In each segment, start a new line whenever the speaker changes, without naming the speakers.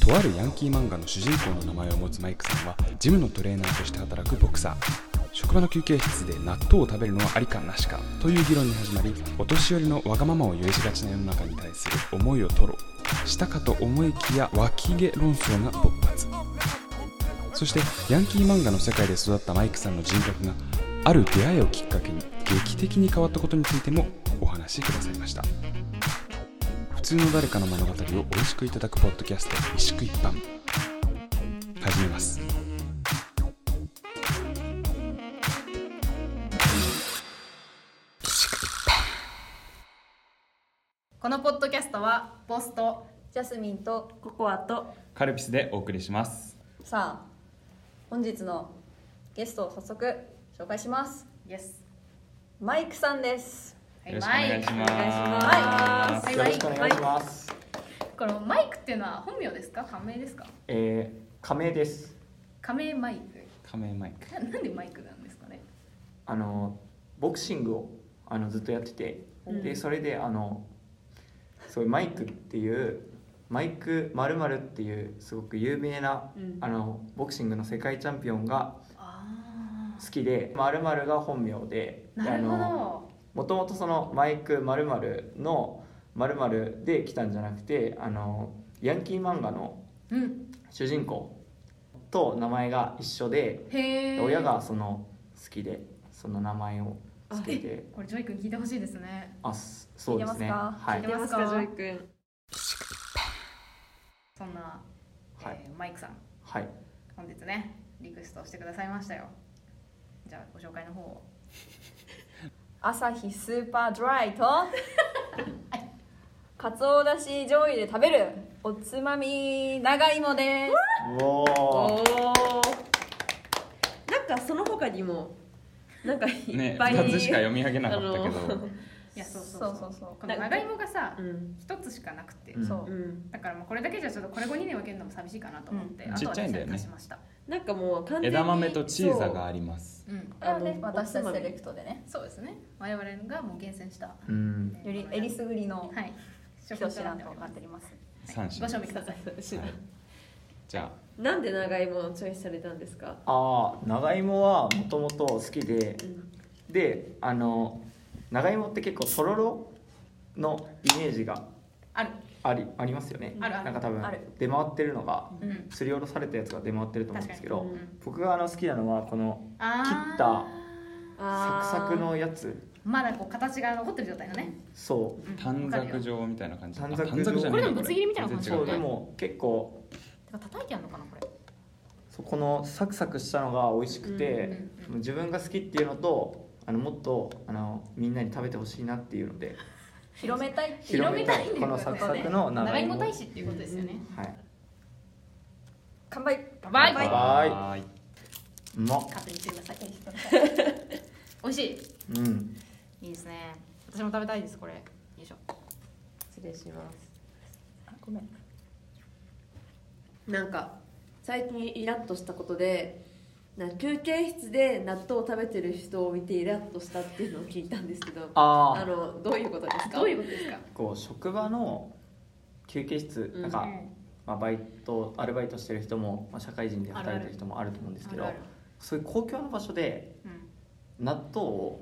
とあるヤンキー漫画の主人公の名前を持つマイクさんはジムのトレーナーとして働くボクサー職場の休憩室で納豆を食べるのはありかなしかという議論に始まりお年寄りのわがままを許しがちな世の中に対する思いを吐露したかと思いきや脇毛論争が勃発そしてヤンキー漫画の世界で育ったマイクさんの人格がある出会いをきっかけに劇的に変わったことについてもお話しくださいました普通の誰かの物語を美味しくいただくポッドキャスト「美く一般」始めます
このポッドキャストはボスと
ジャスミンとココアと
カルピスでお送りします
さあ本日のゲストを早速紹介します
イエス
マイクさんです
よろしくお願いします
は
はい
よろしくお願いします。
このマイクっていうのは本名ですか仮名ですか
えー、加盟です。
仮名マイク
仮面マイク
ななんでマイクなんですかね
あのボクシングをあのずっとやってて、でそれであのそういうマイクっていうマイクまるまるっていうすごく有名な、
うん
あのボクシングの世界チャンピオンが
あ
好きで、まるまるが本名で、
あなるほど
もともとそのマイクまるまるのまるまるで来たんじゃなくて、あのヤンキー漫画の
うん
主人公と名前が一緒で。
へえ
親がその好きでその名前をつけて
これジョイ君聞いてほしいですね
あすそうです
聞いてま
ね
すか
はい
聞い
い
てますか
ジョイ君
そんな、えー
はい
マイクさん
はい
本日ねリクエストしてくださいましたよじゃあご紹介の方を
朝日スーパードライ とかつおだし醤油で食べるおつまみ長芋です
うおー
なんかその他にもなんかい
ね
っぱい、
2つしか読み上げなかったけ
あ
ど
の
いやそうそう
そ
そうう
そうそう
この長芋がさ
うん
一つしかなくて、
うん
そう、
うん
だからもうこれだけじゃちょっとこれ5人で分けるのも寂しいかなと思って、
うん
あと
ち
は
っちゃいんだよね
私に貸しました、
なんかもう完全に
枝豆とチーザがあります
うん、
これはね
あの
私たち
おつま
セ
み
レクトでね
そうですね我々がもう厳選した、
うん
よりえりすぐりの
はい
一
食
品
と
と
な
な
っ
っ
おり
てております
ます
三品
ご賞味ください
そう
はいじゃ
なんで長芋をチョイスされたんですか、
あー長芋はもともと好きで
うん
であの長芋って結構とろろのイメージが
ある
ありありますよね
あるある
なんか多分
ある
出回ってるのが
うん
すりおろされたやつが出回ってると思うんですけど、
確かに
僕があの好きなのはこの
あー
切ったサ
あ
ク
ー
サクのやつ
まだこう形が残ってる状態のね、
そう
うん
あ短冊
わかるよ
状みたいな感じ
短冊状
あじゃない
これでもぶつ切りみたいな感じ
全
そう
然
で
違う
も結構
てか叩いてあるのかなこれ
そうこのサクサクしたのが美味しくて、
うんうんうん
自分が好きっていうのとあのもっとあのみんなに食べてほしいなっていうので
広めたいっていう
広めたいんだよ
このサクサクの
長
長芋
芋大使っていうことですよね、
はい
乾杯
乾杯
乾杯
はーいう
まっ
勝手にしてください美味し
うん
いいいですね私も食べたいですこれよいしょ
失礼します
あごめん
なんか最近イラッとしたことでな休憩室で納豆を食べてる人を見てイラッとしたっていうのを聞いたんですけど
あ
あ
あ
のどういうことですか
どういうことですか
こう職場の休憩室
うん
なんか、まあ、バイトアルバイトしてる人も、まあ、社会人で働いてる人もあると思うんですけど
あるある
そういう公共の場所で
うん
納豆を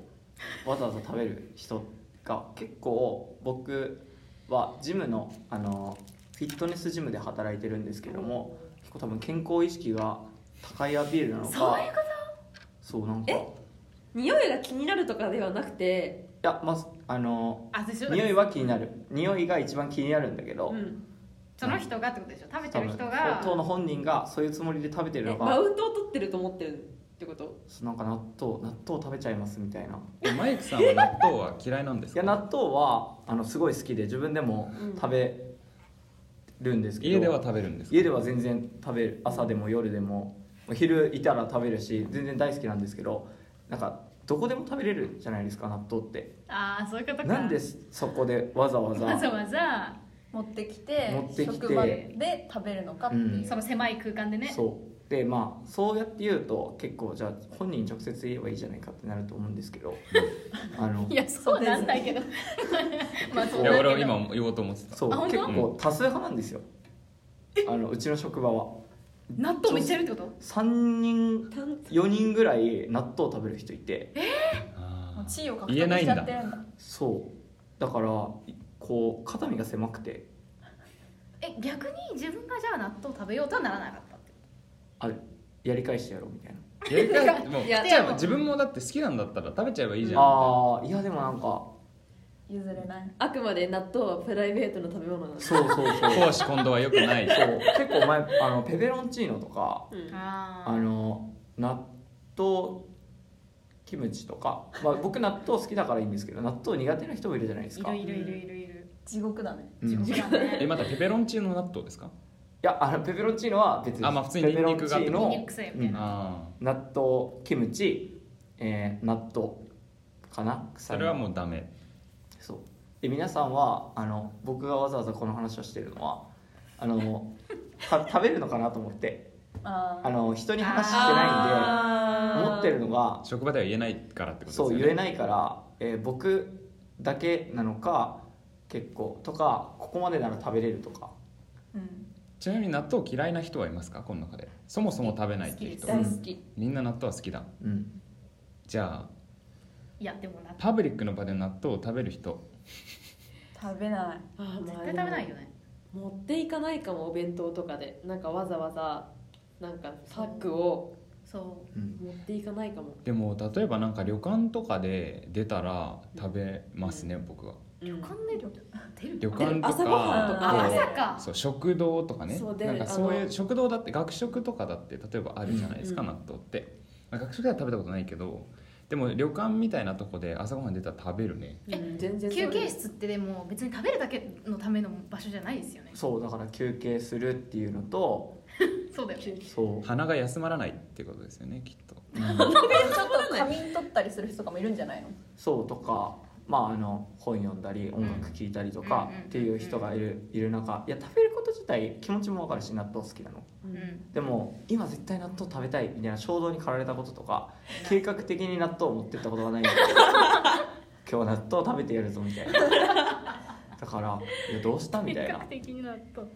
わざわざ食べる人が結構僕はジムのあのフィットネスジムで働いてるんですけども結構多分健康意識が高いアピールなのか
そういうこ
そうなんかい
匂いが気になるとかではなくて、
やまずあの
とあでしょ
匂いは気になる匂いが一番気になるんだけど、
うん、
その人がってことでしょ食べて
多
る
分
人が
当の本人がそういうつもりで食べてる
え
の
マ
が
ウントを取ってると思ってるってこと
そうなんか納豆納豆食べちゃいますみたいな
えマイクさんは納豆は嫌いなんです
いや
か
納豆はあのすごい好きで自分でも
うん
食べるんですけど、
家では食べるんですか
家では全然食べる朝でも夜でもお昼いたら食べるし全然大好きなんですけどなんかどこでも食べれるじゃないですか納豆って
ああそういうことか
なんでそこでわざわ ざ
わざわざ
持ってきて
持ってきて
職場で食べるのかっていう、
うん
その狭い空間でね
そうでまあそうやって言うと結構じゃあ本人に直接言えばいいじゃないかってなると思うんですけ どあの
いやそうなんだけどまあそう
い
だ
や
けど
俺は今言おうと思ってた
そう
あ本
結
当
構多数派なんですよあのうちの職場は
納豆めっちゃいるってこと
3人
担
4人ぐらい納豆を食べる人いて
もう地位を獲得
言えない
し
ん
ちゃ
だ
ってるんだ
そうだからこう肩身が狭くて
え逆に自分がじゃあ納豆食べようとはならなかったって
あやり返してやろうみたいな
やりたいもう
いや
じゃあ自分もだって好きなんだったら食べちゃえばいいじゃん
ああいやでもなんか
譲れない
あくまで納豆はプライベートの食べ物なんです、
そうそうそう
講師今度は良くない
そう結構前あのペペロンチーノとか
うん
あ
あの納豆キムチとか、まあ、僕納豆好きだからいいんですけど納豆苦手な人もいるじゃないです
い
か
るいるいるいるいる
地獄だね
うん
地獄だ
え
ね
またペペロンチーノ納豆ですか
いやあのペペロンチーノは別です
あまあ普通にニンニクがあって
ペペ
ニ
ロ
ン
ンチ
ニク
ーノ
臭いみたいな
ああ
納豆キムチ、えー納豆かな
それは
う
もうダメ
そうで皆さんはあの僕がわざわざこの話をしてるのはあのた食べるのかなと思って
あ
あ
あ
の人に話してないんで
あー
思ってるのが
職場では言えないからってことです
そ
よ
う
ね
言えないから、えー僕だけなのか結構とかここまでなら食べれるとか
うん
ちなみに納豆嫌いな人はいますかこの中でそもそも食べないっていう人
好き
大
で
好き
みんな納豆は好きだ
うん
じゃあ
いやでも納豆
パブリックの場で納豆を食べる人
食べない
あーまあ
絶対食べないよね
持っていかないかもお弁当とかでなんかわざわざなんかパックを
そう
うん
持っていかないかも、
でも例えばなんか旅館とかで出たら食べますね、僕は
うん
旅館で旅出る
旅館とか
朝ごはんとか
あ
そう
朝か
そう食堂とかね
そうで
なんかそうい
あ
う
の
食堂だって学食とかだって例えばあるじゃないですか、
うん
納豆って、まあ学食では食べたことないけどでも旅館みたいなとこで朝ごはん出たら食べるね
うん、全然
休憩室ってでも別に食べるだけのための場所じゃないですよね
そうだから休憩するっていうのと
そうだよね
そう
鼻が休まらないってことですよねきっと
ちょっと仮眠取ったりする人とかもいるんじゃないの
そうとかまああの本読んだり音楽聴いたりとか
うんうん
っていう人がいるいる中いや食べること自体気持ちも分かるし納豆好きなの
う
うんん
でも今絶対納豆食べたいみたいな衝動に駆られたこととか計画的に納豆を持ってったことが ないんだけど今日納豆食べてやるぞみたいなだからいやどうしたみたいな
的に納豆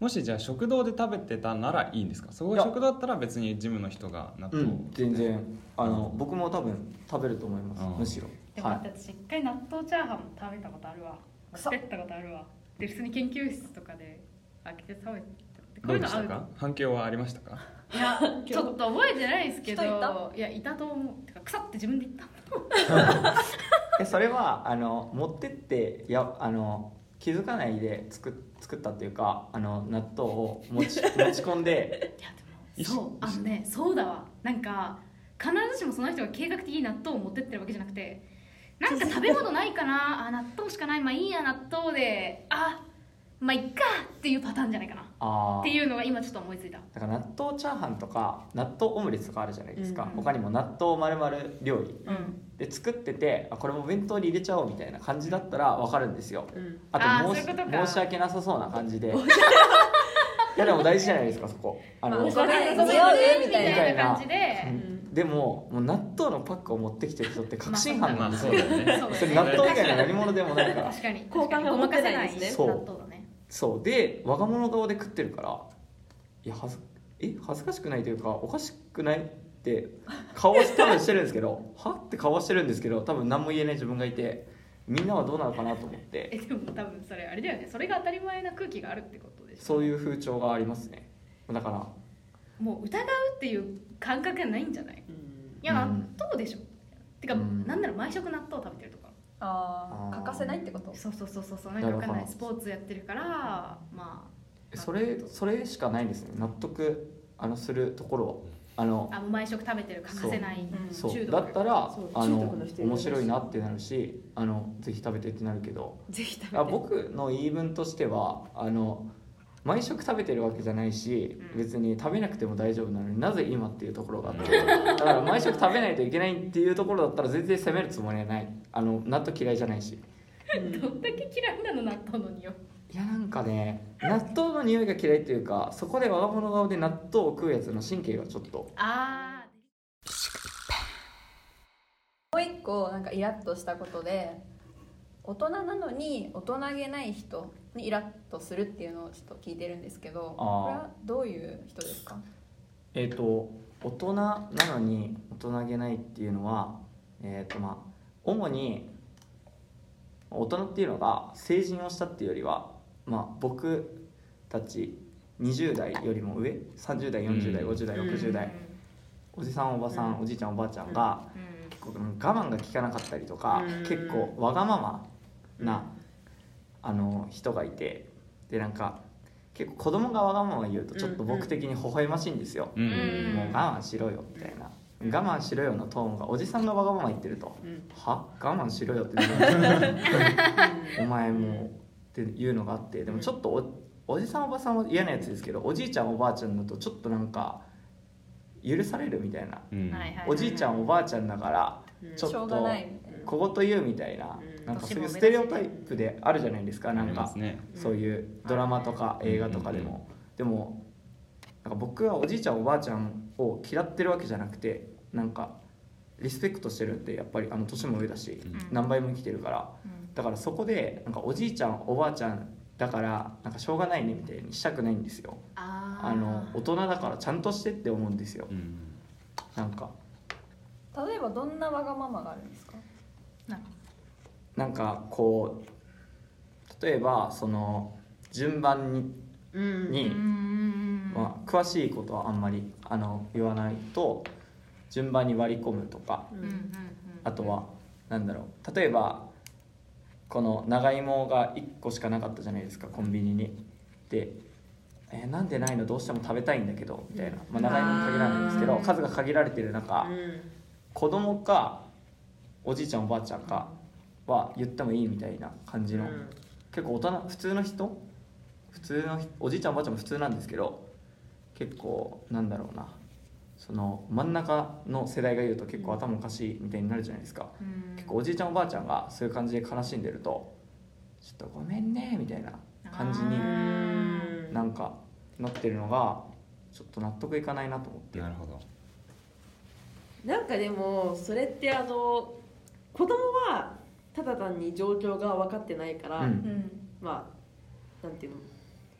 もしじゃあ食堂で食べてたならいいんですかそこ
い
が
や
食堂だったら別にジムの人が納
う
豆を、
ん全然あの僕も多分食べると思います、
うん
むしろ
でも
は
だ
い
って私一回納豆チャーハン食べたことあるわ
くそ
食べたことあるわで普通に研究室とかで開けて食べてで
どうでした
合
か反響はありましたか
ういやちょっと覚えてないですけど
人いた
いやいたと思うてか腐って自分で言った
えそれはあの持ってっていやあの気づかないで作っ作ったっていうかあの納豆を持ち持ち込 んで
いやで
一緒
もそうあのねそうだわなんか必ずしもその人が計画的に納豆を持ってってるわけじゃなくてなんか食べ物ないかなあ納豆しかないまあいいや納豆であまあいっかっていうパターンじゃないかなっ
あ
て
ー
いうのが今ちょっと思いついた
だから納豆チャーハンとか納豆オムレツとかあるじゃないですか、
うんうん
他にも納豆まるまる料理
うん
で作っててあこれも弁当に入れちゃおうみたいな感じだったら分かるんですよ
うん
あと
あー
申し
そういうことか
申し訳なさそうな感 じでいやでも大事じゃないですかそこあの、
まあ
ごめんごめんみ
み
たいな
たいな感じで
うんでももう納豆のパックを持ってきてる人って確信犯
ま
なん
あ
です
そ
よ
うだよね
そう
それ納豆以外の何
も
物でもないから
確かに
好感が
ご
持
ま
っ
か
て
せ
な
ないい
ん
納
です
ね
豆だね
そうで我が物顔で食ってるからいやはずえ恥ずかしくないというかおかしくないって顔は多分してるんですけど はって顔はしてるんですけど多分何も言えない自分がいてみんなはどうなのかなと思って
えでも多分それあれだよねそれが当たり前な空気があるってことでしょ
そういう風潮がありますねだから
もう疑うっていう感覚がないんじゃない
うん
いや
う
納
ん
豆でしょ、てか、
うん
なんなら毎食納豆食べてるとか
ああ
あー
欠かせないってこと
そうそうそうそうそうなんかわかん
な
な
る
い
ほど
スポーツやってるからま
それそれしかないんですね納得あのするところはあの
ああもう毎食食べてる欠かせない
うん
そう
中毒
だったら
そう
あ
中
の
毒の人いるら
面
しい
白いなってなるしあのぜひ食べてってなるけど
ぜひ食べて
あ僕の言い分としてはあの毎食食べてるわけじゃないし、
うん
別に食べなくても大丈夫なのになぜ今っていうところがあってだから毎食食べないといけないっていうところだったら全然責めるつもりはないあの納豆嫌いじゃないし
うん
どんだけ嫌いなの納豆の匂い
いやなんかね納豆の匂いが嫌いというかそこで我が物顔で納豆を食うやつの神経がちょっと
あ
もう一個なんかイラッとしたことで大人なのに大人げない人にイラッとするっていうのをちょっと聞いてるんですけど
あー
これはどういう人ですか
えっ、と大人なのに大人げないっていうのはえっ、とまあ主に大人っていうのが成人をしたっていうよりはまあ僕たち20代よりも上30代40代
うん
50代60代おじさんおばさんおじいちゃんおばあちゃんが結構我慢が効かなかったりとか
うん
結構わがままなあの人がいてでなんか結構子供がわがまま言うとちょっと僕的に微笑ましいんですよ。
うん
うん
もう我慢しろよみたいな我慢しろよのトーンがおじさんがわがまま言ってると「は我慢しろよ」ってなるお前もうっていうのがあってでもちょっとおおじさんおばさんは嫌なやつですけどおじいちゃんおばあちゃんだとちょっとなんか許されるみたいな
うん
はいはい
おじいちゃんおばあちゃんだからちょっ
しょう
と
がないみたいな
小言言うみたいな
うん
なんかそう
年
い
も上
う
だし
ステレオタイプであるじゃないですか
あ
なん
りま
か
すね
そういうドラマとか映画とかでも、でもなんか僕はおじいちゃんおばあちゃんを嫌ってるわけじゃなくてなんかリスペクトしてるんでやっぱりあの年も上だし、
うん
何倍も生きてるからだからそこでなんかおじいちゃんおばあちゃんだからなんかしょうがないねみたいにしたくないんですよ
あー
あの大人だからちゃんとしてって思うんですよ
うん
なんか
例えばどんなわがままがあるんですか
なんか
なんかこう例えばその順番に
うん
に、
うん
まあ、詳しいことはあんまりあの言わないと順番に割り込むとか
うんうんうん
あとはなんだろう例えばこの長芋が1個しかなかったじゃないですかコンビニに。で「えーなんでないのどうしても食べたいんだけど」みたいな、まあ、長芋に限らないんですけど
あー
数が限られてる中
うん
子供かおじいちゃんおばあちゃんかは言ってもいいみたいな感じの
うん
結構大人普通の人普通の人おじいちゃんおばあちゃんも普通なんですけど結構なんだろうなその真ん中の世代が言うと結構頭おかしいみたいになるじゃないですか
うん
結構おじいちゃんおばあちゃんがそういう感じで悲しんでると「ちょっとごめんね」みたいな感じ
あ
に
ー
なんかなってるのがちょっと納得いかないなと思って
なるほど
なんかでもそれってあの子供はただ単に状況が分かってないから、
うん
うん
まあなんていうの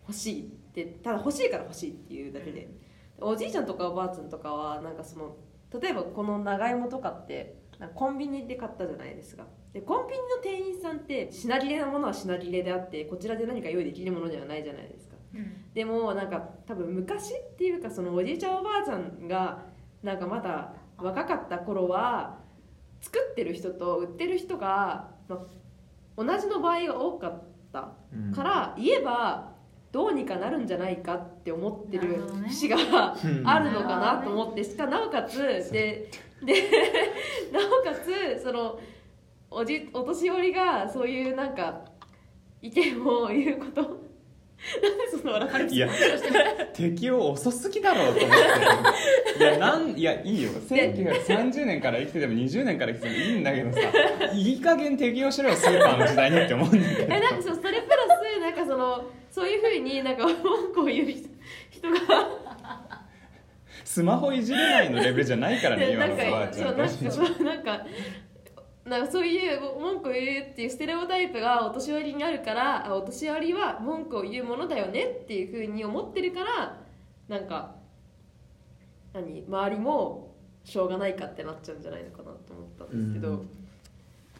欲しいってただ欲しいから欲しいっていうだけで、おじいちゃんとかおばあちゃんとかはなんかその例えばこの長芋とかってなんかコンビニで買ったじゃないですかでコンビニの店員さんって品切れなものは品切れであってこちらで何か用意できるものではないじゃないですか
うん
でもなんか多分昔っていうかそのおじいちゃんおばあちゃんがなんかまだ若かった頃は作ってる人と売ってる人が、まあ、同じの場合が多かった
うん
から言えばどうにかなるんじゃないかって思って
な
る
るほどね
節が
うん
あるのかなと思ってしかなおかつでで なおかつそのおじお年寄りがそういうなんか意見を言うことなんでその笑ってる
いや適応遅すぎだろうと思っていやなんいやいいよ1930年から生きてても20年から生きててもいいんだけどさいい加減適応しろよスーパーの時代にって思うんだけど
えなんかそうそれプラスなんかそのそういうふうになんかこういう人人が
スマホいじれないのレベルじゃないから ね今の
なん
おばあ
か
ち
そ
ゃ
うんなんかそうなんかなんかそういう文句を言うっていうステレオタイプがお年寄りにあるからあお年寄りは文句を言うものだよねっていうふうに思ってるからなんか何周りもしょうがないかってなっちゃうんじゃないのかなと思ったんですけど、
うん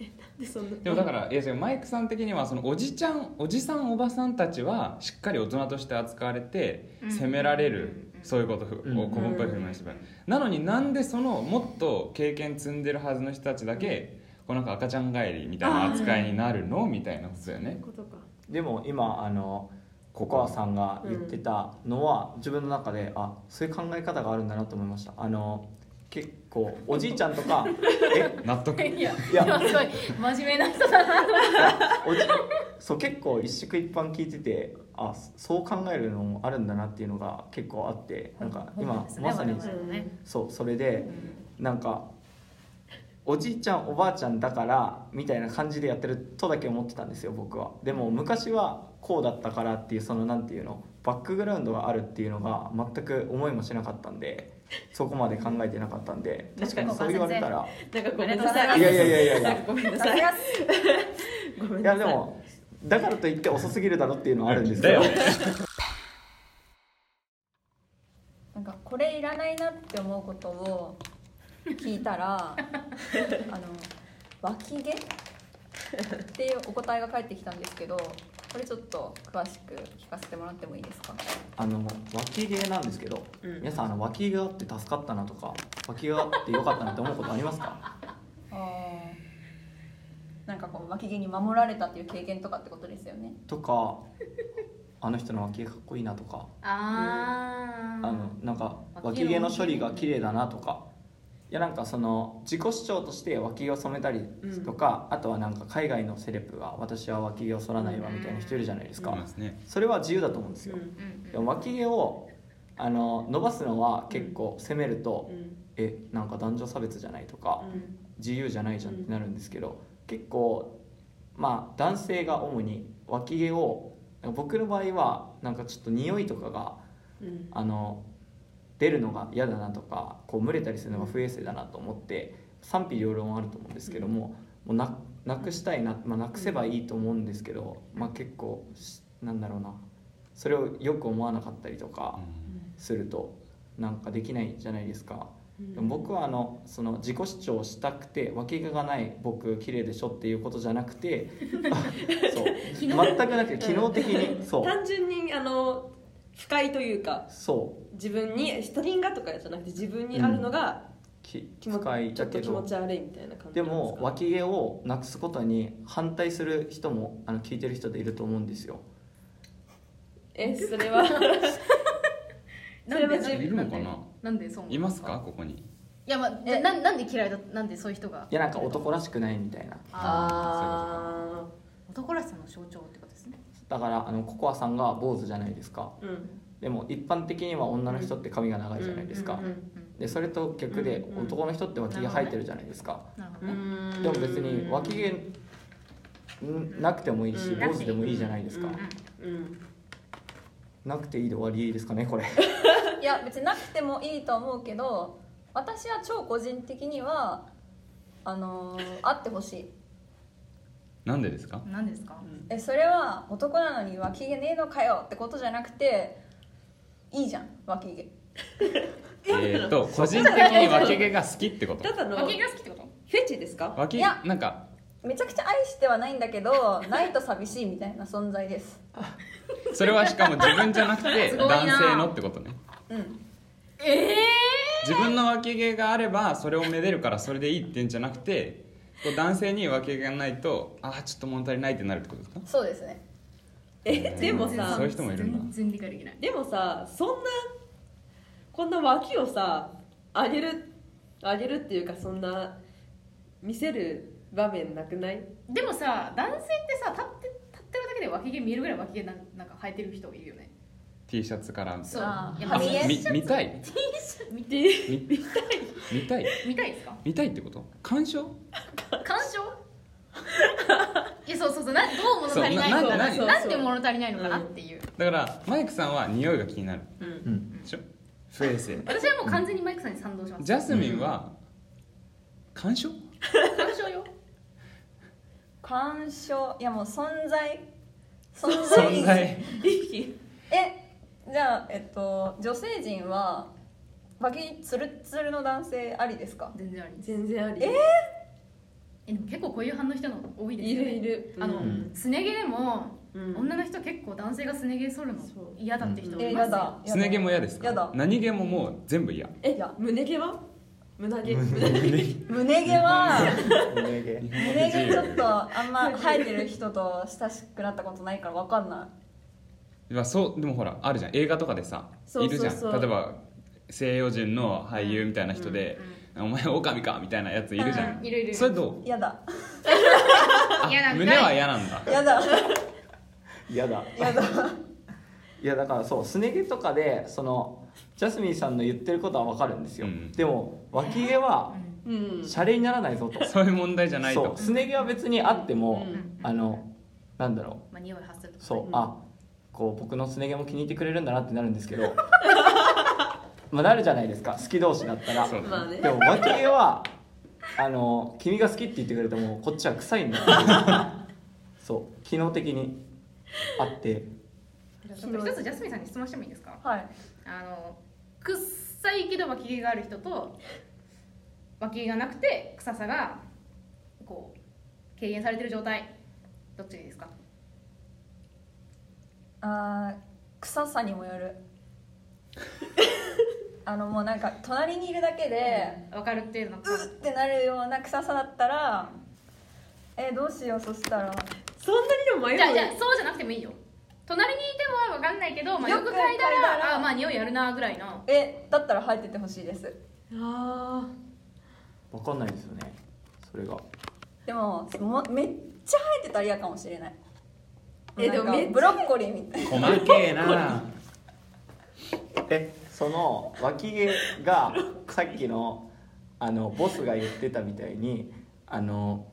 えなんでそんな
でもだからいやでもマイクさん的にはそのおじちゃんおじさんおばさんたちはしっかり大人として扱われて
うん
責められる、
うん
そういうことを
うん
古文っぽい振る舞いしてるなのになんでそのもっと経験積んでるはずの人たちだけ、こうなんか赤ちゃん帰りみたいな扱いになるのみたいなことだよ
そういう
ね
ことか
でも今あのココアさんが言ってたのは、自分の中であそういう考え方があるんだなと思いましたあの結構おじいちゃんと かえ
納得
いや
いや
今すごい真面目な人だなと思って
おじそう結構一宿一般聞いててあそう考えるのもあるんだなっていうのが結構あってなんか今
ですね
まさに
我々はね
そうそれでなんかおじいちゃんおばあちゃんだからみたいな感じでやってるとだけ思ってたんですよ僕はでも昔はこうだったからっていうそのなんていうのバックグラウンドがあるっていうのが全く思いもしなかったんでそこまで考えてなかったんで確かにそう言われたら
なんかごめんなさ
あ
い
いやいやいやいやい
な
や
んかごめんな
さ
さ
す
い
が
ごめん
い
な
や
さい
でもだからといって遅すぎるだろっていうのはあるんです
だ
けど
よ
なんかこれいらないなって思うことを聞いたらあの脇毛っていうお答えが返ってきたんですけどこれちょっと詳しく聞かせてもらってもいいですか
あの脇毛なんですけど、
うん
皆さんあの脇毛があって助かったなとか脇があって良かったなって思うことありますか
なんかこう脇毛に守られたっていう経験とかってことですよね
とかあの人の脇毛かっこいいなとか
あー
あのなんか脇毛の処理が綺麗だなとかいやなんかその自己主張として脇毛を染めたりとか、あとはなんか海外のセレブが私は脇毛を剃らないわみたいな人いるじゃないですか、
いますね
それは自由だと思うんですよ、
うん
うん
でも脇毛をあの伸ばすのは結構責めると、
うん
えなんか男女差別じゃないとか、
うん
自由じゃないじゃんってなるんですけど、結構まあ男性が主に脇毛を僕の場合はなんかちょっと匂いとかが
うん
あの出るのが嫌だなとかこう蒸れたりするのが不衛生だなと思って賛否両論あると思うんですけども,、もうななくしたいな、まあ、なくせばいいと思うんですけど、まあ、結構しなんだろうなそれをよく思わなかったりとかするとなんかできないじゃないですか。でも僕はあのその自己主張したくて脇毛がない僕綺麗でしょっていうことじゃなく てそう全くなくて機能的に そう
単純にあの不快というか
そう
自分に他人がとかじゃなくて自分にあるのが
き
気持ち,、
使い
ちょ
だ
っと
け
気持
ど
ち悪いみたいな感じ
でも脇毛をなくすことに反対する人もあの聞いてる人でいると思うんですよ
えそ れはそれは自
いるのかな
なんでそう思う
いますかここに
いやまあ
え
ななんで嫌いだなんでそういう人が
いやなんか男らしくないみたいな
あ
男らしさの象徴ってことですね
だからあのココアさんが坊主じゃないですか
あうん
でも一般的には女の人って髪が長いじゃないですか、
うんうんうん
でそれと逆で
うんうん
男の人って脇毛生えてるじゃないですか、
なるほ
う
どね
ん
でも別に脇毛んなくてもいいし、
うん
坊主でもいいじゃないですか、
う
う
んうん
なくていいで終わりですかねこ れ
いや別になくてもいいと思うけど私は超個人的にはあのーあってほしい
なんでですか
んなんでですか
えそれは男なのに脇毛ねえのかよってことじゃなくていいじゃん脇毛
えっと 個人的に脇毛が好きってこと
ただの
脇毛
フ
が好きってこと
ェチですか
脇
いや
なんか
めちゃくちゃ愛してはないんだけどないと寂しいみたいな存在です
それはしかも自分じゃなくて
すごい
男
な
性のってことね
うん
ええ
自分の脇毛があればそれをめでるからそれでいいってんじゃなくてこう男性に脇毛がないとあーちょっと物足りないってなるってことですか
そうですね
えでも
あ
さ
そういう人もいるんだ
全然理解できない
でもさそんなこんな脇をさ上げる上げるっていうかそんな見せる場面なくない
でもさ男性ってさ立って立ってるだけで脇毛見えるぐらい脇毛なんなんか生えてる人いるよね
T シャツからみたい
そう
な
あー
いや
あ
はみ
見
出
え
し
み見たい
見て
み見たい
見たいですか
見たいってこと鑑賞
干渉 いやそうそうそうなどう物足りないの
そう
か
な
な
な
な
なんで物足りないのかなっていう、
だからマイクさんは匂いが気になる
うん
うん
でしょ不衛生
私はもう完全にマイクさんに賛同します
ジャスミンは鑑賞
干渉よ
干渉いやもう存在存在
存在
えじゃあえっと女性陣は脇毛ツルッツルの男性ありですか
全然あり
全然あり
えでも結構こういう反応したの多いです
い
よ
る
ね
いる
あの、
うん
すね毛でも、
うん
女の人結構男性がすね毛剃るの
そう
嫌だって人
うん
い
え
ま
や
すよ、
だ
すね毛も嫌です
や
か
だ
何毛ももう全部嫌
え
いや
胸毛は胸毛
胸毛 は
胸毛
胸毛ちょっとあんま生えてる人と親しくなったことないからわかんない
まあ、そうでもほらあるじゃん映画とかでさ
そうそうそう
いるじゃん例えば西洋人の俳優みたいな人で「お前オオカミか」みたいなやついるじゃん、
うんいるいる
それどう
やだ
あ
嫌なんかい
胸は嫌なんだ
やだ
嫌だ
やだ
いやだからそうすね毛とかでそのジャスミンさんの言ってることは分かるんですよ、
うん
でも脇毛は
うん
シャレにならないぞと、
そういう問題じゃない
そう
と
すね毛は別にあっても、
うん
あのなんだろ
まあ、匂い発すると
う
か
そう、
うん
あこう僕のすね毛も気に入ってくれるんだなってなるんですけど まあなるじゃないですか好き同士だったら
そう
まあね
でも脇毛 はあの君が好きって言ってくれてもこっちは臭いんだよそう機能的にあって
ちょっと一つジャスミンさんに質問してもいいですか
はい
あの臭いけど脇毛がある人と脇毛がなくて臭さがこう軽減されてる状態どっちがいいですか
あー臭さにもよるあのもうなんか隣にいるだけで、
わかる程度の
うっってなるような臭さだったらえどうしようそしたら
そんなにでも迷う
じゃあじゃあそうじゃなくてもいいよ隣にいてもわかんないけど、まあ、よ
よ
く嗅
く嗅
い
い
だ
だら
らあまあ匂いやるなぐらいの
えだったら入っててほしいです
あ
分かんないですよねそれが
でももめっちゃ生えてたら嫌かもしれない
え
なんか
でもめっちゃ
ブロッコリーみたい
細けえな
えその脇毛がさっきのあのボスが言ってたみたいにあの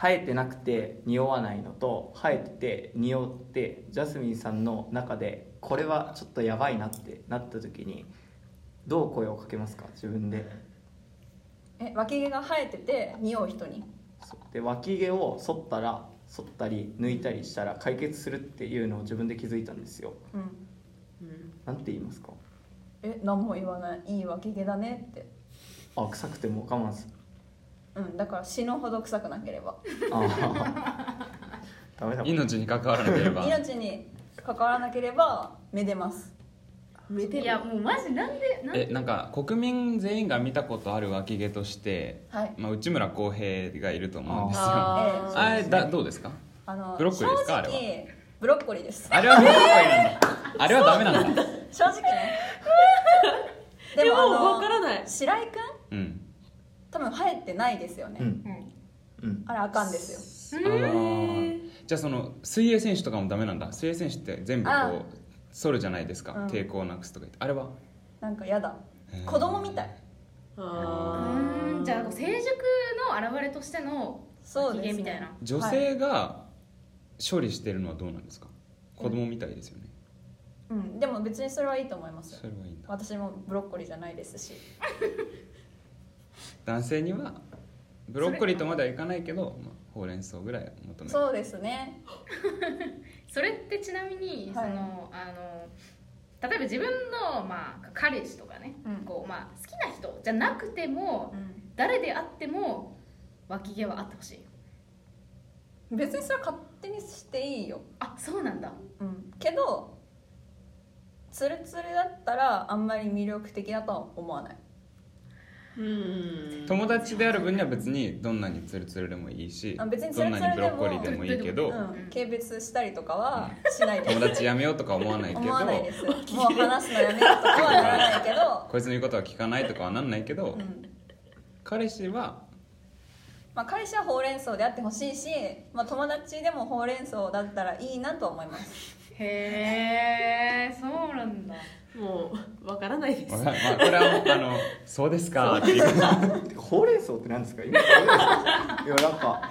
生えてなくて匂わないのと生えてて匂ってジャスミンさんの中でこれはちょっとやばいなってなった時にどう声をかけますか自分で
なえ脇毛が生えてて匂う人に
そうで脇毛を剃ったら剃ったり抜いたりしたら解決するっていうのを自分で気づいたんですよ
うん
ーうん
なんて言いますか
え何も言わないいい脇毛だねって
あ臭くても我慢する
うんだから死ぬほど臭くなければ
あーダメだ
命に関わらなければ
命に関わらなければめでます
めで
いやもうマジなんでなん
えなんか国民全員が見たことある脇毛として、
はい
まあ、内村航平がいると思うんですよあ
あー
ー
れだどうですか
あの
ブロッコリーですか
正直ブロッコリーです
あれはブロッコリーなんだあれはダメなんだ
正直 ね
でも
あ
わからない
白井くん
うん
多分生えてないですよね、
うんうん
あれあかんですよ
あーじゃあその水泳選手とかもダメなんだ水泳選手って全部こ
あー
う反るじゃないですか、
うん
抵抗をなくすとか言ってあれは
なんかやだ
へー
子供みたい
あ
うーんじゃあ成熟の表れとしての
そう
機
で
嫌
す、ね、
みたいな
女性が処理してるのはどうなんですか、子供みたいですよね
うん、でも別にそれはいいと思いますよ
それはいいんだ
私もブロッコリーじゃないですし
男性にはブロッコリーとまではいかないけど、まあ、ほうれん草ぐらいは求める
そうですね
それってちなみに、
はい
そのあの例えば自分の、まあ、彼氏とかね、
うん
こうまあ、好きな人じゃなくても
うん
誰であっても脇毛はあってほしい
別にそれは勝手にしていいよ、
あそうなんだ
うん、けどツルツルだったらあんまり魅力的だとは思わない
うん
友達である分には別にどんなにツルツルでもいいし
あ別にツ
ど
ル
ん
ツルでも
なにブロッコリーでもいいけど、
うん、軽蔑したりとかはしない です
友達やめようとか思わないけど
思わないですもう話すのやめるとかはならないけ ど、
こいつの言うことは聞かないとかはなんないけど、
うん
彼氏は
まあ、彼氏はほうれん草であってほしいし、まあ、友達でもほうれん草だったらいいなとは思い ます
へえそうなんだ
もうわからないです
わかまあ、これはもうあの「そうですか」っていう
ほうれん草って何ですか今ほうれん草いやなんか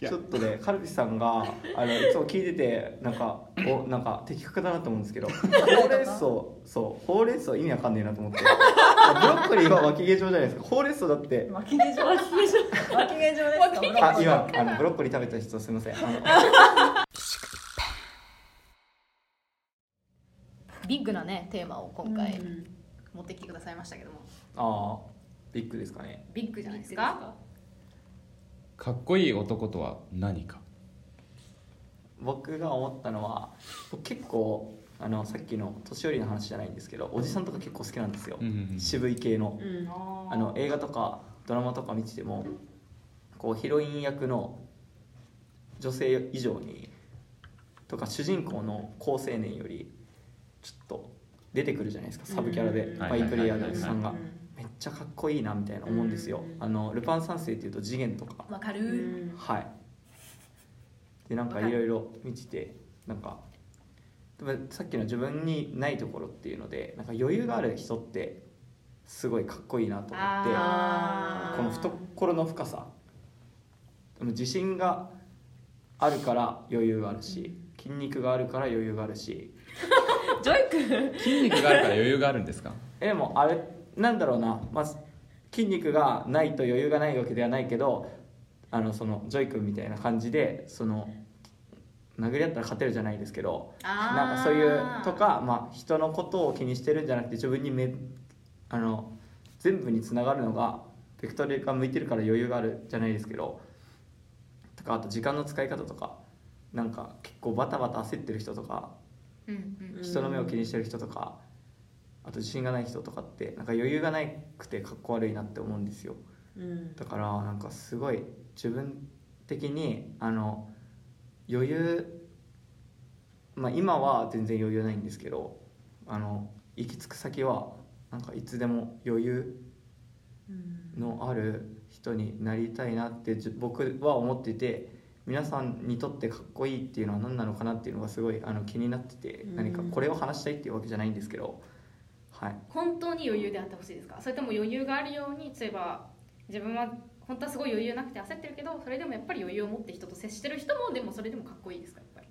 いや
ちょっとねカルピさんがあのいつも聞いててなんかおなんか的確だなと思うんですけどほうれん草そうほうれん草意味わかんねえなと思ってブロッコリーは脇毛状じゃないですかほうれん草だって
巻き毛状
脇毛じゃ
巻き毛状ですかブロッ
あ
コリー
今あのブロッコリー食べた人すみませんあの
ビッグなねテーマを今回
うん
持ってきてくださいましたけども、
あービッグですかね
ビッグじゃないですか
かっこいい男とは何か
僕が思ったのは僕結構あのさっきの年寄りの話じゃないんですけどおじさんとか結構好きなんですよ、
うんうんうん
渋い系の、
うん
あの映画とかドラマとか見ててもこうヒロイン役の女性以上にとか主人公の高青年よりちょっと出てくるじゃないですかサブキャラ
う
で
ん
バイプレイヤーのおじさんが
うん
めっちゃかっこいいなみたいな思うんですよ
うん
あのルパン三世っていうと次元とか
わか
う
る
ん
はいでなんかいろいろ見ててなんかでもさっきの自分にないところっていうのでなんか余裕がある人ってすごいかっこいいなと思って
あー
この懐の深さでも自信があるから余裕があるし筋肉があるから余裕があるし
ジョイ君
筋肉があるから余裕があるんです か
えでもあれなんだろうな、まあ、筋肉がないと余裕がないわけではないけどあのそのジョイ君みたいな感じでその殴り合ったら勝てるじゃないですけどなんかそういうとか、まあ、人のことを気にしてるんじゃなくて自分にめあの全部につながるのがベクトルが向いてるから余裕があるじゃないですけどとかあと時間の使い方とかなんか結構バタバタ焦ってる人とか
うんうん
人の目を気にしてる人とかあと自信がない人とかってなんか余裕がなくてかっこ悪いなって思うんですよ
うん
だからなんかすごい自分的にあの余裕まあ今は全然余裕ないんですけどあの行き着く先はなんかいつでも余裕のある人になりたいなってじ僕は思ってて皆さんにとってかっこいいっていうのは何なのかなっていうのがすごいあの気になってて
うん
何かこれを話したいっていうわけじゃないんですけどはい
本当に余裕であってほしいですかそれとも余裕があるように例えば自分は本当はすごい余裕なくて焦ってるけどそれでもやっぱり余裕を持って人と接してる人もでもそれでもかっこいいですかやっぱり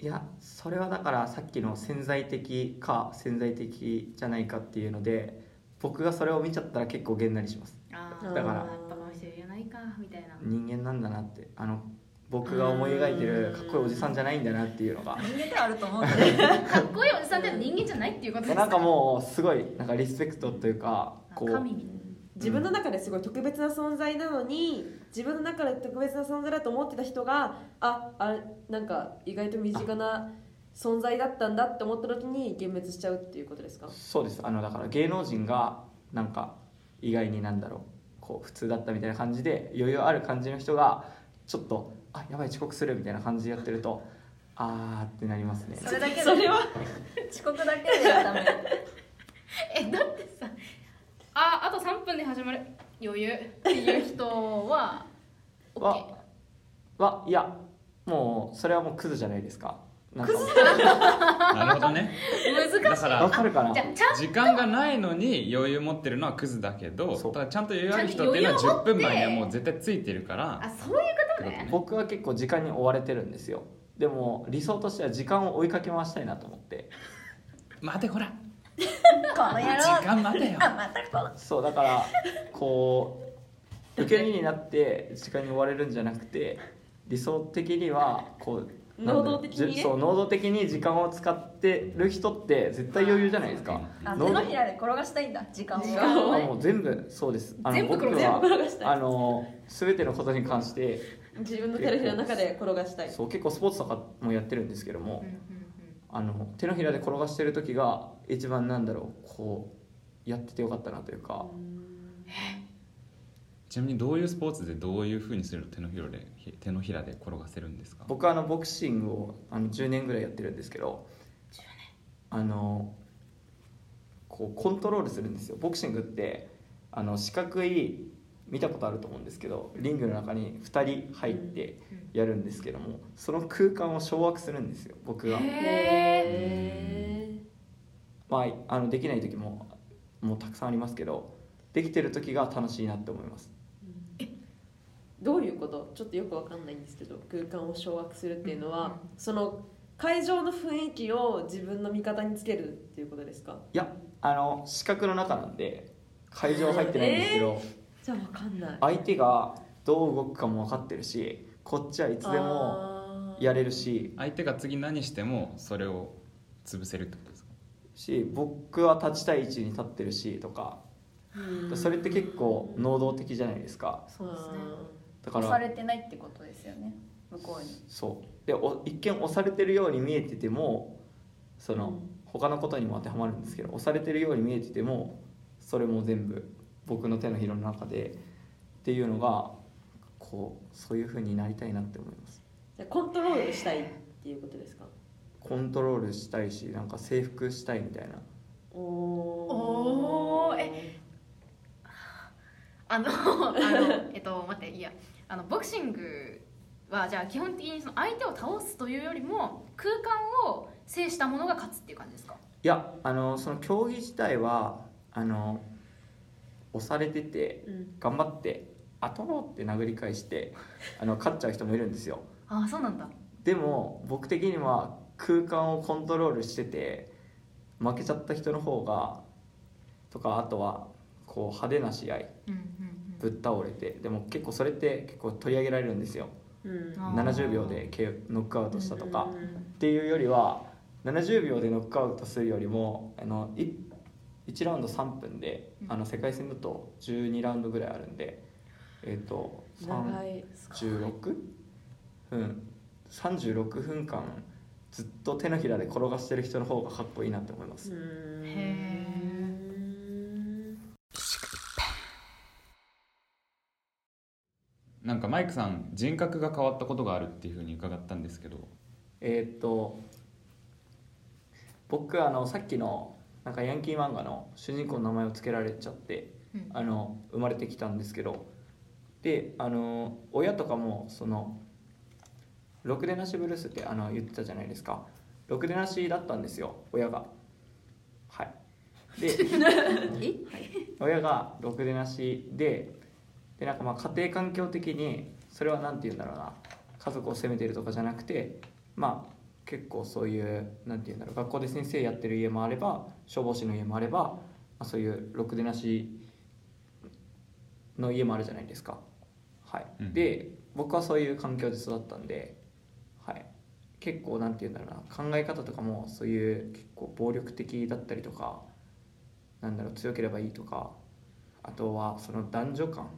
いやそれはだからさっきの潜在的か潜在的じゃないかっていうので僕がそれを見ちゃったら結構げんなりします
あ
ー
あ
だから
やっぱこの人余裕ないかみたいな
人間なんだなってあの僕が思い描いてるかっこいいおじさんじゃないんだなっていうのが
人間ではあると 思うけど
かっこいいおじさんって人間じゃないっていうことです
なんかもうすごいなんかリスペクトというかこう
神みたい
自分の中ですごい特別な存在なのに自分の中で特別な存在だと思ってた人がああなんか意外と身近な存在だったんだって思った時に幻滅しちゃうっていうことですか
そうですあのだから芸能人がなんか意外になんだろうこう普通だったみたいな感じで余裕ある感じの人がちょっとあやばい遅刻するみたいな感じでやってるとあーってなりますね
それだけで
それは
遅刻だけではダメ
えだってさああと3分で始まる余裕っていう人は OK
ははいやもうそれはもうクズじゃないですかなんかもう
なるほどね
難
だ
し
か
わ
ら
かるかない
じゃあちゃん
時間がないのに余裕持ってるのはクズだけど
そう
ただちゃんと余裕ある人っていうのは
ちゃんと
10
余裕を持って
分前にはもう絶対ついてるから
あそういうこと
って
ね
僕は結構時間に追われてるんですよでも理想としては時間を追いかけ回したいなと思って
待てほら
この野郎
時間待てよ
あまたこの
そうだからこう受け身になって時間に追われるんじゃなくて理想的にはこうなんだろう
能動的にね
じそう能動的に時間を使ってる人って絶対余裕じゃないですか
あ
能
手
動
のひらで転がしたいんだ時間を
時
あ
間を
もう全部そうですあの
全部
僕
転
は
が全部転がしたい
あの全てのことに関して
自分の手のひらの中で転がしたい
そう結構スポーツとかもやってるんですけど
う
も、
んうん
あの手のひらで転がしてる時が一番なんだろうこうやっててよかったなというか、
ちなみにどういうスポーツでどういうふうにするの手のひらでひ手のひらで転がせるんですか
僕はあのボクシングをあの10年ぐらいやってるんですけどあのこうコントロールするんですよボクシングってあの四角い見たことあると思うんですけどリングの中に2人入ってやるんですけどもその空間を掌握するんですよ僕
うん
が。
へえ
へ
まあ、あのできない時ももうたくさんありますけどできてる時が楽しいなって思います
ーどういうことちょっとよくわかんないんですけど空間を掌握するっていうのは、その会場の雰囲気を自分の味方につけるっていうことですか
いやあの四角の中なんで会場入ってないんですけど、
じゃあわかんない
相手がどう動くかも分かってるしこっちはいつでも
も
やれるし
相手が次何してもそれを潰せるってことですか
し僕は立ちたい位置に立ってるしとかそれって結構能動的じゃないですか
そうですね
だか
押さ
ら
れてないってことですよね向こうに
そうでお一見押されてるように見えててもその、
うん
他のことにも当てはまるんですけど押されてるように見えててもそれも全部僕の手のひらの中でっていうのがこうそういう風になりたいなって思います
じゃあコントロールしたいっていうことですか
コントロールしたいしなんか征服したいみたいな
お
おー
え
あの あのえっと待っていやあのボクシングはじゃあ基本的にその相手を倒すというよりも空間を制した者が勝つっていう感じですか
いやあのその競技自体はあの押されてて
うん
頑張って「あとろ!」って殴り返して あの勝っちゃう人もいるんですよ
ああそうなんだ
でも僕的には空間をコントロールしてて負けちゃった人の方がとかあとはこう派手な試合
うんうんうん
ぶっ倒れてでも結構それって結構取り上げられるんですよ
うん
あー
70秒で K ノックアウトしたとかっていうよりは70秒でノックアウトするよりもあのい1ラウンド3分で
うん
あの世界戦だと12ラウンドぐらいあるんでえっ、と
長い
36うん36分間ずっと手のひらで転がしてる人の方がかっこいいなって思います、
へ
なんかマイクさん人格が変わったことがあるっていうふうに伺ったんですけど
えーっと僕あのさっきのなんかヤンキー漫画の主人公の名前を付けられちゃって
うん
あの生まれてきたんですけどであの親とかもその「ろくでなしブルース」ってあの言ってたじゃないですかろくでなしだったんですよ親がはいで 親がろくでなしででなんかまあ家庭環境的にそれは何て言うんだろうな家族を責めてるとかじゃなくてまあ結構そういうなんて言うんだろう学校で先生やってる家もあれば消防士の家もあれば、まあ、そういうろくでなしの家もあるじゃないですか。はい
うん
で僕はそういう環境で育ったんで、はい、結構なんて言うんだろうな考え方とかもそういう結構暴力的だったりとかなんだろう強ければいいとかあとはその男女間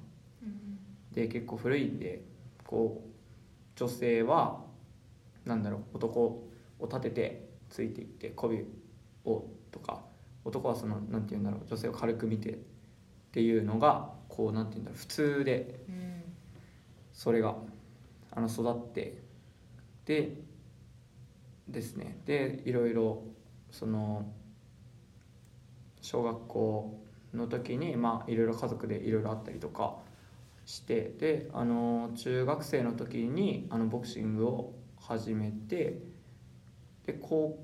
うん
で結構古いんでこう女性はなんだろう男を立ててついていって媚びをとか男はそのなんて言うんだろう女性を軽く見てっていうのがこうなんて言うんだろう普通で
うん
それがあの育ってでですねでいろいろその小学校の時にまあいろいろ家族でいろいろあったりとかしてであの中学生の時にあのボクシングを始めてで高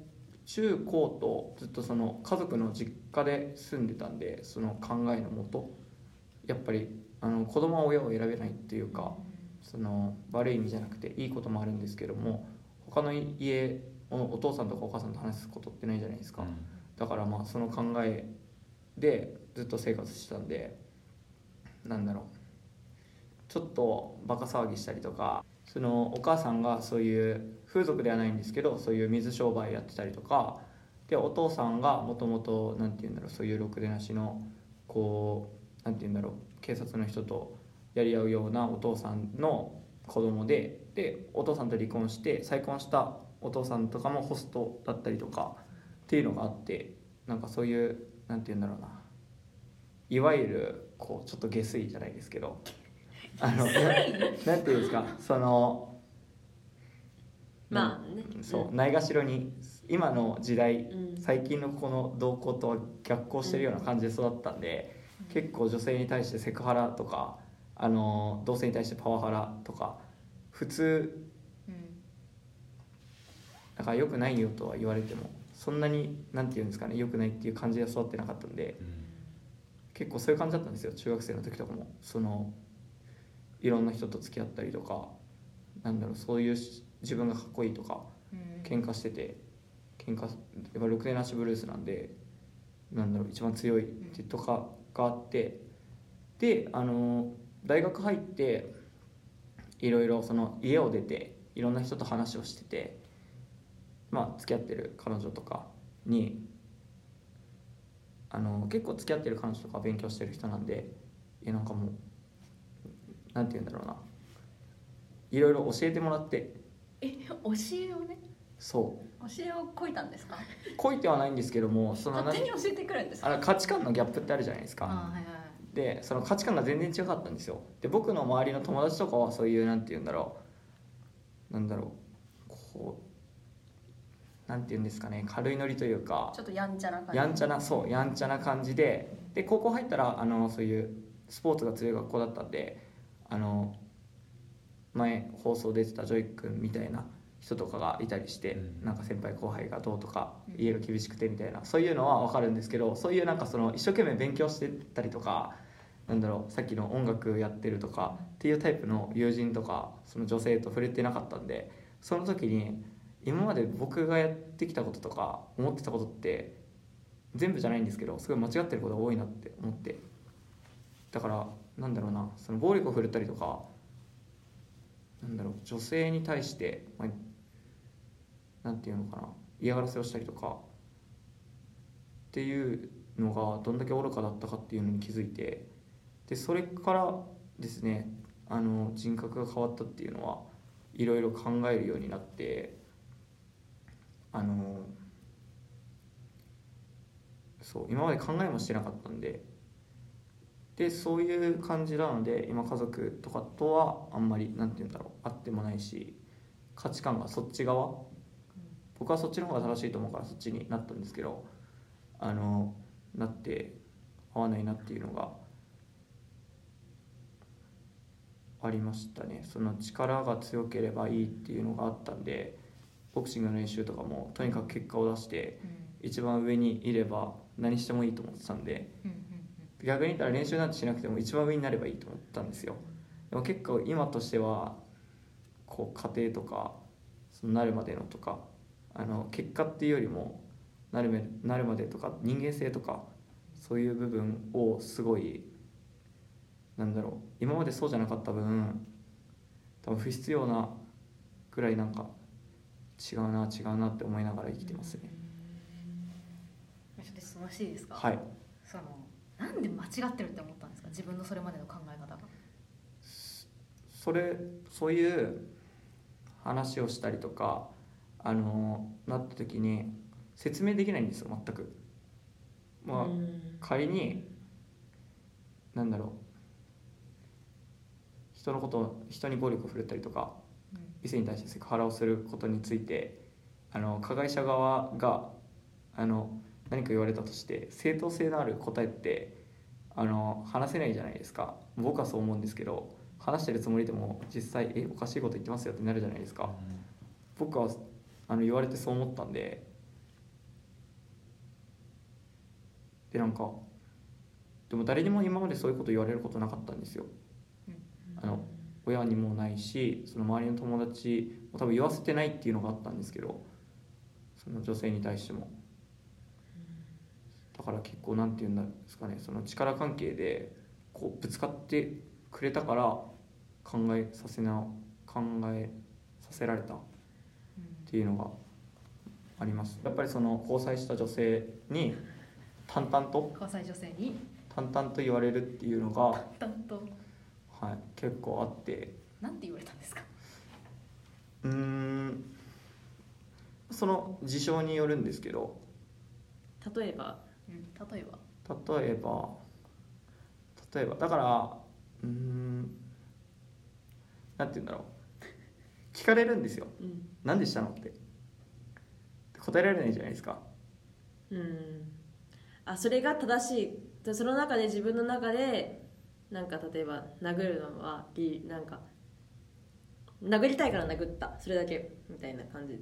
中高とずっとその家族の実家で住んでたんでその考えのもとやっぱりあの子供は親を選べないっていうかその悪い意味じゃなくていいこともあるんですけども他の家おお父さんとかお母さんと話すことってないじゃないですか。だからまあその考えでずっと生活してたんでなんだろうちょっとバカ騒ぎしたりとかそのお母さんがそういう風俗ではないんですけどそういう水商売やってたりとかでお父さんがもともとなんて言うんだろうそういうろくでなしのこうなんて言うんだろう警察の人とやり合うようなお父さんの子供ででお父さんと離婚して再婚したお父さんとかもホストだったりとかっていうのがあってなんかそういうなんて言うんだろうないわゆるこうちょっと下水じゃないですけどあのななんていうんですかその
まあね
そうないがしろに今の時代
うん
最近のこの動向とは逆行してるような感じで育ったんで、結構女性に対してセクハラとかあの同性に対してパワハラとか普通
うん
だから良くないよとは言われてもそんなになんて言うんですかね良くないっていう感じで育ってなかったんで結構そういう感じだったんですよ中学生の時とかもそのいろんな人と付き合ったりとかなんだろうそういうし自分がかっこいいとか
うん
喧嘩してて喧嘩やっぱ6年なしブルースなんでなんだろう一番強いってとかがあってであの大学入っていろいろその家を出ていろんな人と話をしててまあ付き合ってる彼女とかにあの結構付き合ってる彼女とか勉強してる人なんでいやなんかもうなんて言うんだろうないろいろ教えてもらって
え教えをね
そう
教えをこいたんですか
恋ではないんですけどもその
勝手に教えてくるんです
あ
か
の価値観のギャップってあるじゃないですか
あはいはいはい
でその価値観が全然違かったんですよで僕の周りの友達とかはそういうなんて言うんだろうなんだろうこうなんて言うんですかね軽いノリというか
ちょっとやんちゃな感じ
やんちゃなそうやんちゃな感じでで高校入ったらあのそういうスポーツが強い学校だったんであの前放送出てたジョイ君みたいな人とかがいたりして、
うん
なんか先輩後輩がどうとか
うん
家が厳しくてみたいなそういうのは分かるんですけどそういうなんかその一生懸命勉強してたりとかなんだろうさっきの音楽やってるとかっていうタイプの友人とかその女性と触れてなかったんでその時に今まで僕がやってきたこととか思ってたことって全部じゃないんですけどすごい間違ってることが多いなって思ってだからなんだろうなその暴力を振るったりとかなんだろう女性に対して、まあ、なんていうのかな嫌がらせをしたりとかっていうのがどんだけ愚かだったかっていうのに気づいてでそれからですねあの人格が変わったっていうのはいろいろ考えるようになってあのそう今まで考えもしてなかったんででそういう感じなので今家族とかとはあんまりなんて言うんだろう合ってもないし価値観がそっち側僕はそっちの方が正しいと思うからそっちになったんですけどあのなって合わないなっていうのがありましたねその力が強ければいいっていうのがあったんでボクシングの練習とかもとにかく結果を出して一番上にいれば何してもいいと思ってたんで。
うん
逆に言ったら練習なんてしなくても一番上になればいいと思ったんですよでも結構今としてはこう家庭とかそのなるまでのとかあの結果っていうよりもなるめなるまでとか人間性とかそういう部分をすごいなんだろう今までそうじゃなかった分多分不必要なくらいなんか違うな違うなって思いながら生きてますね
うんちょっと質問していいですか、
はい
そのなんで間違ってるって思ったんですか自分のそれまでの考え方が
それそういう話をしたりとかあのなった時に説明できないんですよ全く。まあ、仮になんだろう人のことを人に暴力を振るったりとか
うん
異性に対してセクハラをすることについてあの加害者側があの何か言われたとして正当性のある答えってあの話せないじゃないですか僕はそう思うんですけど話してるつもりでも実際「えおかしいこと言ってますよ」ってなるじゃないですか。僕はあの言われてそう思ったんででなんかでも誰にも今までそういうこと言われることなかったんですよ
うん。
あの親にもないしその周りの友達も多分言わせてないっていうのがあったんですけどその女性に対しても。だから結構なんて言うんですかねその力関係でこうぶつかってくれたから考えさせな考えさせられたっていうのがありますやっぱりその交際した女性に淡々と
交際女性に
淡々と言われるっていうのが、は
だと
い、結構あって
なんて言われたんですか
うーんその事象によるんですけど
例えば
うん例えば
例えば例えばだからうーんなんて言うんだろう聞かれるんですよ
うん
「何でしたの?」って答えられないじゃないですか
うんあそれが正しいでその中で自分の中でなんか例えば殴るのは理なんか殴りたいから殴ったそれだけみたいな感じ、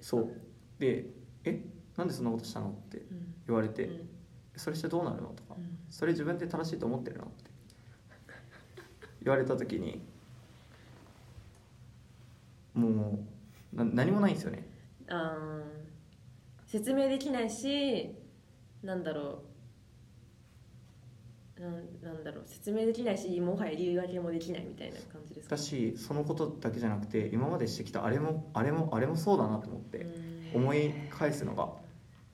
そうで「えなんでそんなことしたの?」って
うん
言われ
う
て、
ん
それしてどうなるのとか、
うん
それ自分で正しいと思ってるのって言われた時にもうな何もないんですよね
あー説明できないしなんだろうなんなんだろう説明できないしもはや理由分けもできないみたいな感じですか
だしそのことだけじゃなくて今までしてきたあれもあれもあれもそうだなと思って
うん
思い返すのが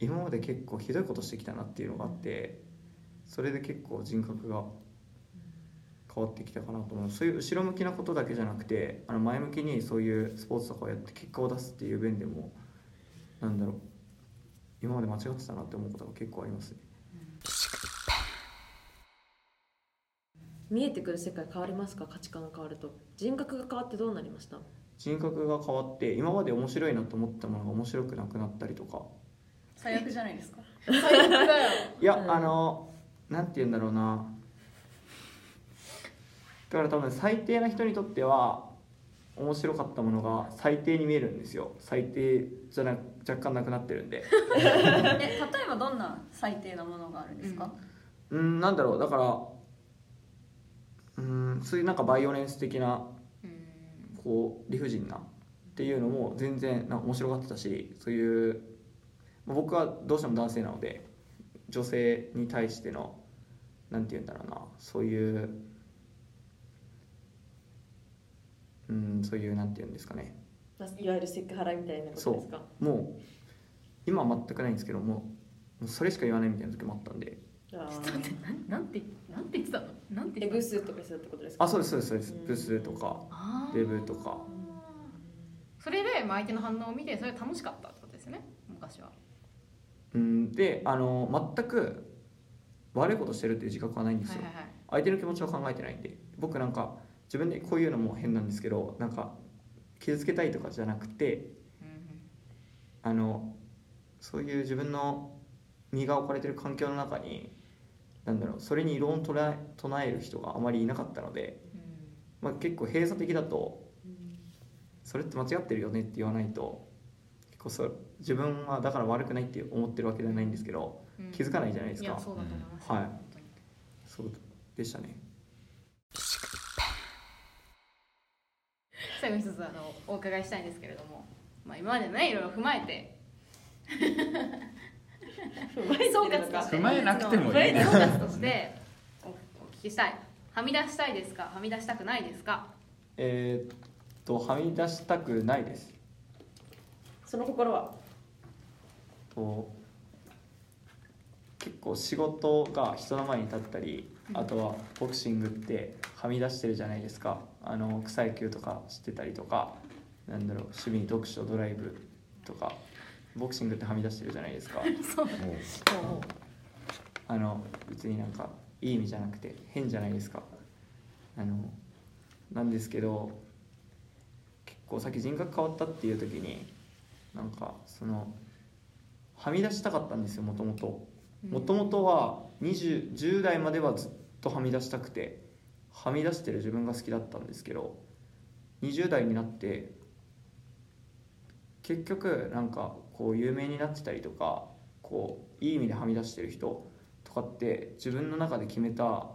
今まで結構ひどいことしてきたなっていうのがあってそれで結構人格が変わってきたかなと思うそういう後ろ向きなことだけじゃなくてあの前向きにそういうスポーツとかをやって結果を出すっていう面でもなんだろう今まで間違ってたなって思うことが結構ありますね
見えてくる世界変わりますか価値観が変わると人格が変わってどうなりました
人格が変わって今まで面白いなと思ったものが面白くなくなったりとか
最悪じゃない ですか
最悪だよ
いや、
うん
あのなんて言うんだろうなだから多分最低な人にとっては面白かったものが最低に見えるんですよ最低じゃな若干なくなってるんで
え例えばどんな最低なものがあるんですか、
うんなんだろうだからうんそういうなんかバイオレンス的な
うん
こう理不尽なっていうのも全然な面白がってたしそういうまあ僕はどうしても男性なので女性に対してのなんて言うんだろうなそういううんそういうなんて言うんですかね
まあいわゆるセクハラみたいなことですか
もう今は全くないんですけどもうもうそれしか言わないみたいな時もあったんで
あ
ちょっと
ー
待ってなんなんてなんて言ってたのなんて言ってた
えブ
の
スとかそうってことですか
あそうですそうですそうですブスとか
あー
デブとか
それで、まあ、相手の反応を見てそれ楽しかったってことですね昔は
うんであの全く悪いことしてるっていう自覚はないんです
は
よ、
いはいはい
相手の気持ちを考えてないんで僕なんか自分でこういうのも変なんですけどなんか傷つけたいとかじゃなくて
うんうん
あのそういう自分の身が置かれてる環境の中になんだろうそれに異論を唱え唱える人があまりいなかったので、まあ、結構閉鎖的だとそれって間違ってるよねって言わないと結構そう自分はだから悪くないって思ってるわけじゃないんですけど
うんうん
気づかないじゃないです
い
か。
やそうだと思います、
はい
本当に
そうでしたね
最後に一つあのお伺いしたいんですけれども、まあ、今までのねいろいろ踏まえ て総括 とし
踏まえてるの
て
踏まえなくてもいい
ね総括と しておお聞きしたいはみ出したいですかはみ出したくないですか
えーっとはみ出したくないです
その心は
と結構仕事が人の前に立ったり
うん
あとはボクシングってはみ出してるじゃないですかあの草野球とかしてたりとかなんだろう趣味読書ドライブとかボクシングってはみ出してるじゃないですか
そう
あの別になんかいい意味じゃなくて変じゃないですかあのなんですけど結構さっき人格変わったっていう時になんかそのはみ出したかったんですよもともともともとは20 10代まではずっとはみ出したくてはみ出してる自分が好きだったんですけど20代になって結局なんかこう有名になってたりとかこういい意味ではみ出してる人とかって自分の中で決めた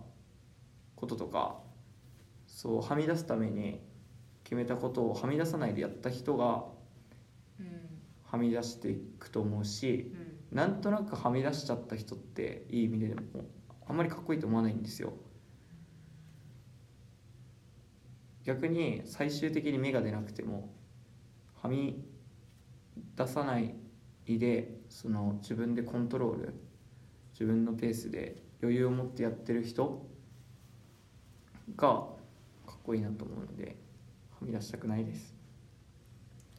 こととかそうはみ出すために決めたことをはみ出さないでやった人が
うん
はみ出していくと思うし
うん
なんとなくはみ出しちゃった人っていい意味ででもあんまりかっこいいと思わないんですよ逆に最終的に芽が出なくてもはみ出さないでその自分でコントロール自分のペースで余裕を持ってやってる人がかっこいいなと思うのではみ出したくないです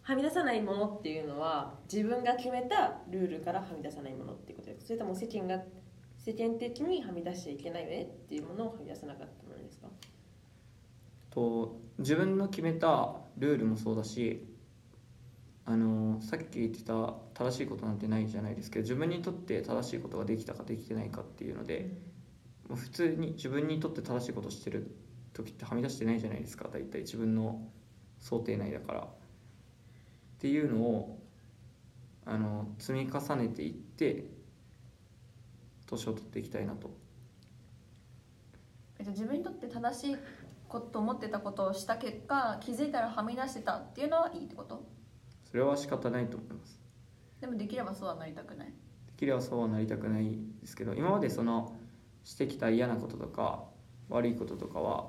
はみ出さないものっていうのは自分が決めたルールからはみ出さないものっていうことですかそれとも世間が世間的にはみ出しちゃいけないよねっていうものをはみ出さなかったものですか
と自分の決めたルールもそうだしあのさっき言ってた正しいことなんてないじゃないですけど自分にとって正しいことができたかできてないかっていうので、もう普通に自分にとって正しいことしてる時ってはみ出してないじゃないですか大体自分の想定内だから。っていうのをあの積み重ねていって年を取っていきたいなと。
えっと、自分にとって正しいこと思ってたことをした結果気づいたらはみ出してたっていうのはいいってこと
それは仕方ないと思います。
でもできればそうはなりたくない
できればそうはなりたくないですけど今までそのしてきた嫌なこととか悪いこととかは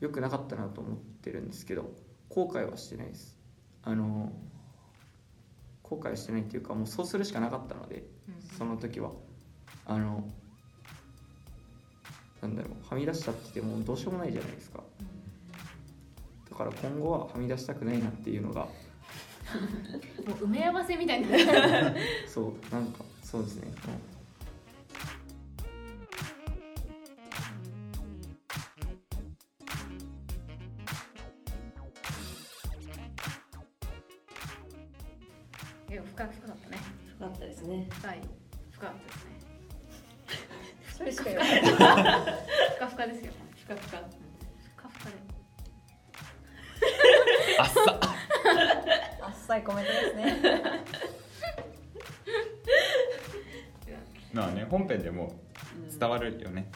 良くなかったなと思ってるんですけど後悔はしてないですあの後悔はしてないっていうかもうそうするしかなかったので
うん
その時はあのなんだろうはみ出したって言ってもうどうしようもないじゃないですかだから今後ははみ出したくないなっていうのが
もう埋め合わせみた いになってる
そうなんかそうですねもう
いや深深かったね
だったですね
深い深かったですね
そ れしか言わ
ふかふかですよ
ふかふか
ふかふかで
あっさいコメントですね
まあね本編でも伝わるよね、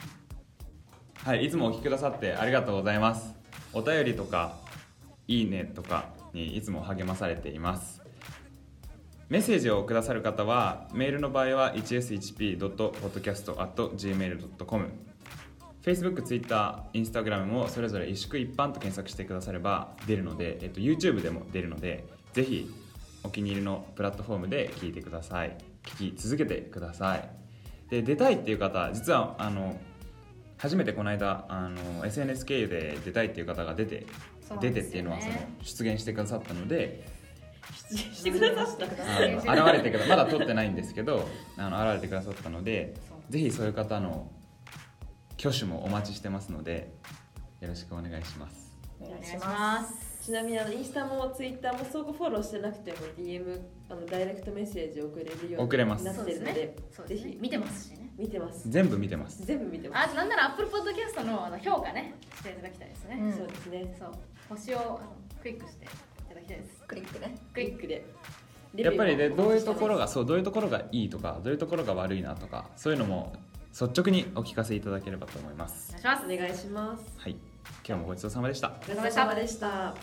はいいつもお聞きくださってありがとうございますお便りとかいいねとかにいつも励まされていますメッセージをくださる方はメールの場合は 1s1p.podcast.gmail.com Facebook、Twitter、Instagram もそれぞれ萎縮一般と検索してくだされば出るので、えっと、YouTube でも出るのでぜひお気に入りのプラットフォームで聞いてください聞き続けてくださいで出たいっていう方実はあの初めてこの間あの SNS 経由で出たいっていう方が出て、
そうな
出
ん
て
で
っ
す
てい
よね
うのはその出現してくださったので
出演してくださった
あの現れてくだまだ撮ってないんですけどあの現れてくださったので
そう
ぜひそういう方の挙手もお待ちしてますのでよろしくお願いします
お
お
願
願
い
い
し
し
ま
ます
ちなみにあのインスタもツイッターも相互フォローしてなくても DM あのダイレクトメッセージ送れるよう
送れます
になってるので
そう
ぜ
ですね
ひ
見てますしね
見てます
全部見てます
全部見てま
あ
す
となんなら Apple Podcast のあの評価ねしていただきたいですね、
うん
そうですね
そう星をあのクリックしていただきたいです
クリックね
ク
ク
リ
リ
ッ
ッ
クで
やっぱりねどういうところがそうどういうところがいいとかどういうところが悪いなとかそういうのも率直にお聞かせいただければと思います
お願いします
お願いします
はい今日もごちそうさまでした
お疲れ様でした